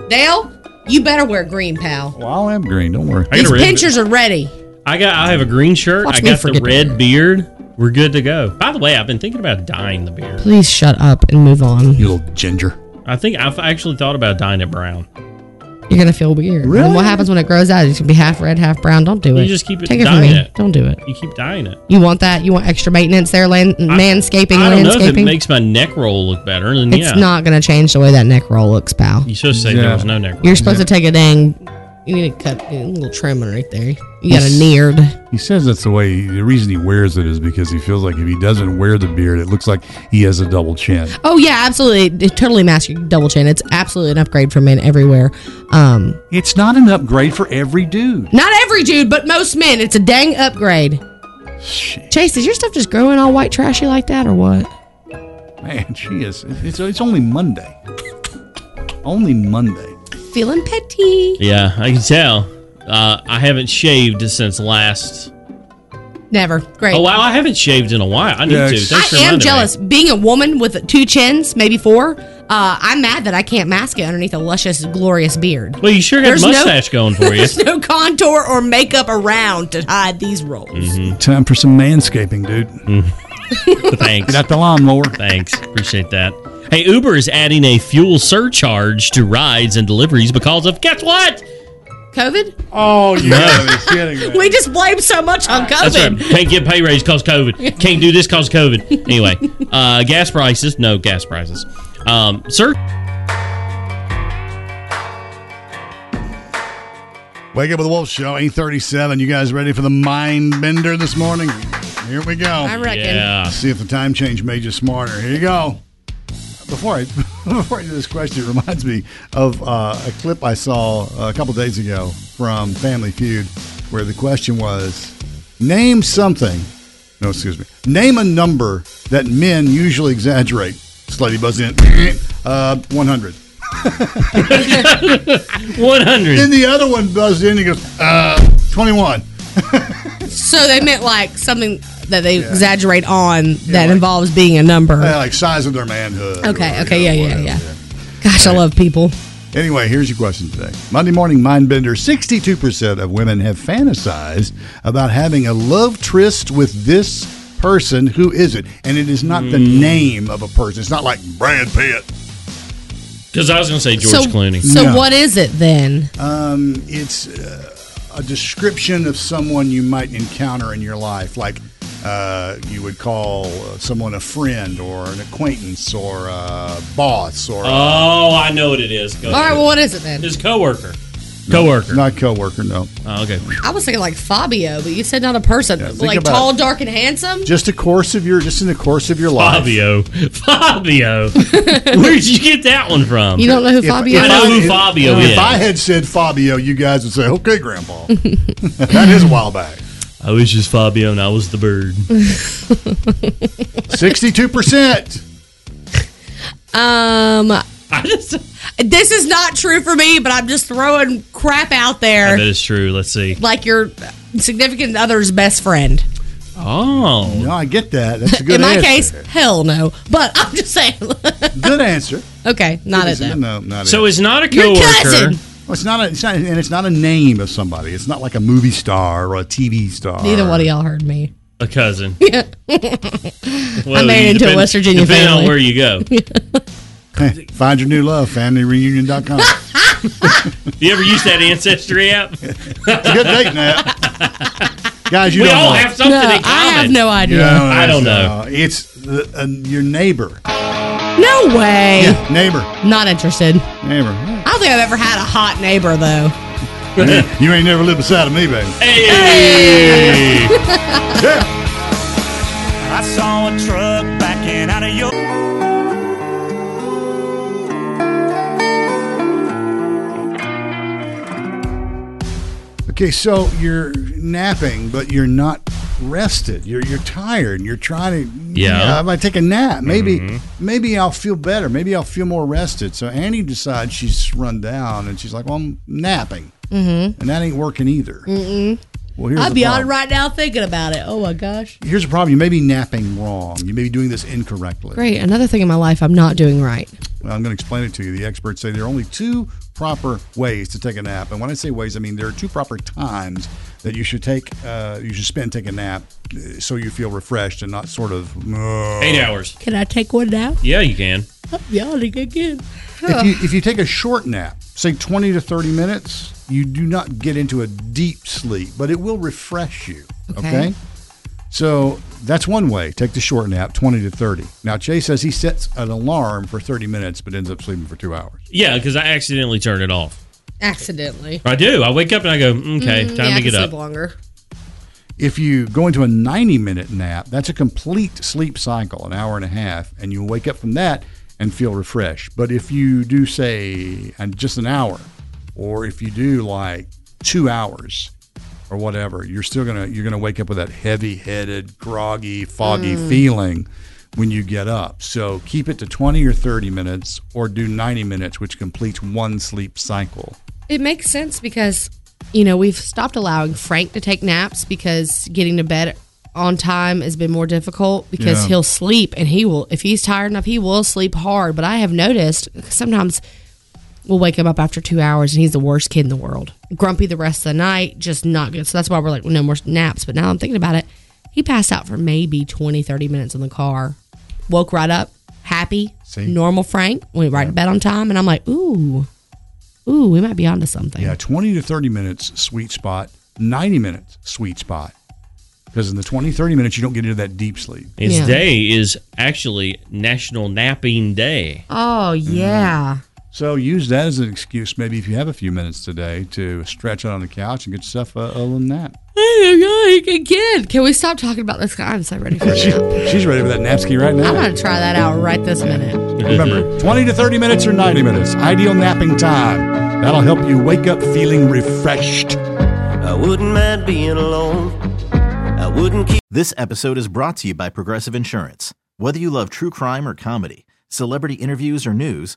Speaker 2: Dale, you better wear green, pal.
Speaker 8: Well, I'll have green. Don't worry.
Speaker 7: I got
Speaker 2: These
Speaker 7: a red-
Speaker 2: pinchers are ready.
Speaker 7: I got. I have a green shirt.
Speaker 2: Watch
Speaker 7: I
Speaker 2: me
Speaker 7: got the
Speaker 2: forget to
Speaker 7: red beard. We're good to go. By the way, I've been thinking about dyeing the beard.
Speaker 2: Please shut up and move on.
Speaker 8: You little ginger.
Speaker 7: I think I've actually thought about dyeing it brown.
Speaker 2: You're gonna feel weird. And
Speaker 8: Really?
Speaker 2: what happens when it grows out? It's gonna be half red, half brown. Don't do
Speaker 7: You
Speaker 2: it.
Speaker 7: just keep it
Speaker 2: Take it from
Speaker 7: dyeing
Speaker 2: me.
Speaker 7: it.
Speaker 2: Don't do it.
Speaker 7: You keep dyeing it.
Speaker 2: You want that? You want extra maintenance there? Land- manscaping,
Speaker 7: I don't know if it
Speaker 2: landscaping.
Speaker 7: makes my neck roll look better. Then
Speaker 2: it's
Speaker 7: yeah,
Speaker 2: not gonna change the way that neck roll looks, pal.
Speaker 7: You should say
Speaker 8: Yeah.
Speaker 7: there was no neck roll.
Speaker 2: You're supposed to take a dang. You need to cut a little trimming right there. You got a neared.
Speaker 8: He says that's the way. The reason he wears it is because he feels like if he doesn't wear the beard, it looks like he has a double chin.
Speaker 2: Oh yeah, absolutely. It totally masks your double chin. It's absolutely an upgrade for men everywhere. Um,
Speaker 8: It's not an upgrade for every dude.
Speaker 2: not every dude, but most men. It's a dang upgrade. Chase, is your stuff just growing all white trashy like that, or what?
Speaker 8: Man, she is. It's, it's only Monday. Only Monday.
Speaker 2: Feeling petty.
Speaker 7: Yeah, I can tell. Uh, I haven't shaved since last.
Speaker 2: Never. Great.
Speaker 7: Oh wow, I haven't shaved in a while. I need
Speaker 8: Yeah,
Speaker 7: to.
Speaker 8: it's-
Speaker 7: Thanks for
Speaker 2: I am
Speaker 7: reminding me.
Speaker 2: jealous. Being a woman with two chins, maybe four, uh, I'm mad that I can't mask it underneath a luscious, glorious beard.
Speaker 7: Well, you sure got
Speaker 2: There's no-
Speaker 7: a mustache going for you.
Speaker 2: There's no contour or makeup around to hide these rolls.
Speaker 7: Mm-hmm.
Speaker 8: Time for some manscaping, dude.
Speaker 7: Thanks.
Speaker 8: Get out the lawnmower.
Speaker 7: Thanks. Appreciate that. Hey, Uber is adding a fuel surcharge to rides and deliveries because of guess what?
Speaker 2: COVID?
Speaker 8: Oh, you
Speaker 7: gotta
Speaker 8: kidding
Speaker 2: We just blame so much on
Speaker 7: That's right.
Speaker 2: COVID.
Speaker 7: Can't get pay raise cause COVID. Can't do this cause COVID. Anyway, uh, gas prices. No gas prices. Um, sir.
Speaker 8: Wake up with the Wolf Show, 837. You guys ready for the mind bender this morning? Here we go.
Speaker 2: I reckon.
Speaker 7: Yeah.
Speaker 8: See if the time change made you smarter. Here you go. Before I before I do this question, it reminds me of uh, a clip I saw uh, a couple days ago from Family Feud, where the question was, "Name something." No, excuse me. Name a number that men usually exaggerate. Slutty buzz in. Uh, 100.
Speaker 7: 100.
Speaker 8: Then the other one buzzed in and goes, uh, 21.
Speaker 2: So they meant like something that they exaggerate on that involves being a number.
Speaker 8: Yeah, like size of their manhood.
Speaker 2: okay, okay, yeah, yeah, yeah. Gosh, I love people.
Speaker 8: Anyway, here's your question today. Monday morning mindbender 62% of women have fantasized about having a love tryst with this person. Who is it? And it is not the name of a person. It's not like Brad Pitt.
Speaker 7: Because I was going to say
Speaker 2: so,
Speaker 7: George Clooney.
Speaker 2: So what is it then?
Speaker 8: Um, it's uh, a description of someone you might encounter in your life, like uh, you would call uh, someone a friend or an acquaintance or a boss or.
Speaker 7: Oh, I know what it is. Go
Speaker 2: All right,
Speaker 7: ahead.
Speaker 2: well, what is it then?
Speaker 7: His coworker. Coworker.
Speaker 8: Not coworker, no.
Speaker 7: Oh, okay.
Speaker 2: I was thinking like Fabio, but you said not a person.
Speaker 8: think
Speaker 2: like
Speaker 8: about
Speaker 2: tall,
Speaker 8: it.
Speaker 2: dark, and handsome.
Speaker 8: Just a course of your, just in the course of your life.
Speaker 7: Fabio. Fabio. Where'd you get that one from?
Speaker 2: You don't know who
Speaker 8: If-
Speaker 2: Fabio
Speaker 8: if
Speaker 2: is?
Speaker 7: I know who Fabio
Speaker 8: if
Speaker 7: is.
Speaker 8: I had said Fabio, you guys would say, "Okay, Grandpa." that is a while back.
Speaker 7: I was just Fabio and I was the bird.
Speaker 8: Sixty-two percent.
Speaker 2: Um, this is not true for me, but I'm just throwing crap out there.
Speaker 7: That is true. Let's see.
Speaker 2: Like your significant other's best friend.
Speaker 7: Oh.
Speaker 8: No, I get that. That's a good
Speaker 2: In my
Speaker 8: answer.
Speaker 2: case, hell no. But I'm just saying.
Speaker 8: good answer.
Speaker 2: Okay, not it
Speaker 8: It's-
Speaker 2: then.
Speaker 8: No, not
Speaker 7: So
Speaker 8: it.
Speaker 7: it's not a
Speaker 2: Your
Speaker 7: coworker.
Speaker 2: cousin.
Speaker 8: Well, it's not a, it's not, and it's not a name of somebody. It's not like a movie star or a TV star.
Speaker 2: Neither one of y'all heard me.
Speaker 7: A cousin.
Speaker 2: I'm married into a West Virginia
Speaker 7: depending
Speaker 2: family.
Speaker 7: on where you go.
Speaker 8: Hey, find your new love, familyreunion.com.
Speaker 7: You ever use that ancestry app?
Speaker 8: it's a good date, Nat. Guys, you
Speaker 7: we
Speaker 8: don't
Speaker 7: all
Speaker 8: know.
Speaker 7: have something
Speaker 2: No,
Speaker 7: in common.
Speaker 2: I have no
Speaker 8: You
Speaker 2: idea.
Speaker 8: don't
Speaker 7: I don't know.
Speaker 8: Uh, It's the, uh, your neighbor.
Speaker 2: No way.
Speaker 8: Yeah, neighbor.
Speaker 2: Not interested. I
Speaker 8: Neighbor.
Speaker 2: don't think I've ever had a hot neighbor though.
Speaker 8: you ain't never lived beside of me, baby.
Speaker 7: Hey.
Speaker 8: Yeah.
Speaker 10: I saw a truck backing out of your.
Speaker 8: Okay, so you're napping, but you're not rested. You're you're tired. You're trying to
Speaker 7: Yeah.
Speaker 8: I might take a nap. Maybe maybe I'll feel better. Maybe I'll feel more rested. So Annie decides she's run down, and she's like, "Well, I'm napping," mm-hmm. and that ain't working either. Mm-mm. Well, here's
Speaker 2: I'd
Speaker 8: the
Speaker 2: be on
Speaker 8: problem.
Speaker 2: right now thinking about it. Oh my gosh.
Speaker 8: Here's the problem. You may be napping wrong. You may be doing this incorrectly.
Speaker 2: Great. Another thing in my life I'm not doing right.
Speaker 8: Well, I'm going to explain it to you. The experts say there are only two proper ways to take a nap, and when I say ways, I mean there are two proper times that you should take, uh, you should spend taking a nap, uh, so you feel refreshed and not sort of. uh. "Ugh."
Speaker 7: Eight hours.
Speaker 2: Can I take one now?
Speaker 7: Yeah, you can.
Speaker 2: I'm yawning again.
Speaker 8: If you if you take a short nap, say 20 to 30 minutes, you do not get into a deep sleep, but it will refresh you. Okay.
Speaker 2: Okay.
Speaker 8: So that's one way. Take the short nap, 20 to 30. Now, Jay says he sets an alarm for 30 minutes, but ends up sleeping for two hours.
Speaker 7: Yeah, because I accidentally turned it off.
Speaker 2: Accidentally.
Speaker 7: I do. I wake up and I go, okay,
Speaker 2: Mm,
Speaker 7: time
Speaker 2: yeah, I
Speaker 7: to
Speaker 2: can
Speaker 7: get
Speaker 2: sleep
Speaker 7: up.
Speaker 2: longer.
Speaker 8: If you go into a 90 minute nap, that's a complete sleep cycle, an hour and a half, and you wake up from that and feel refreshed. But if you do, say, and just an hour, or if you do like two hours or whatever, you're still gonna you're gonna wake up with that heavy headed, groggy, foggy feeling when you get up. So keep it to 20 or 30 minutes, or do 90 minutes, which completes one sleep cycle.
Speaker 2: It makes sense because, you know, we've stopped allowing Frank to take naps because getting to bed on time has been more difficult because
Speaker 8: Yeah.
Speaker 2: he'll sleep and he will, if he's tired enough, he will sleep hard. But I have noticed sometimes we'll wake him up after two hours and he's the worst kid in the world. Grumpy the rest of the night, just not good. So that's why we're like, no more naps. But now I'm thinking about it. He passed out for maybe 20, 30 minutes in the car, woke right up, happy,
Speaker 8: See?
Speaker 2: normal Frank, went right to bed on time. And I'm like, ooh. Ooh, we might be onto something.
Speaker 8: Yeah, 20 to 30 minutes, sweet spot. 90 minutes, sweet spot. Because in the 20, 30 minutes, you don't get into that deep sleep.
Speaker 7: His
Speaker 2: Yeah.
Speaker 7: day is actually National Napping Day.
Speaker 2: Oh yeah.
Speaker 8: So use that as an excuse, maybe if you have a few minutes today, to stretch out on the couch and get yourself a, a little nap.
Speaker 2: Oh my god, again. Can we stop talking about this guy? I'm so ready for
Speaker 8: She-
Speaker 2: it.
Speaker 8: she's ready for that napski right
Speaker 2: I'm
Speaker 8: now.
Speaker 2: gonna try that out right this minute.
Speaker 8: Remember, 20 to 30 minutes or 90 minutes, ideal napping time. That'll help you wake up feeling refreshed.
Speaker 10: I wouldn't mind being alone. I wouldn't keep.
Speaker 13: This episode is brought to you by Progressive Insurance. Whether you love true crime or comedy, celebrity interviews, or news,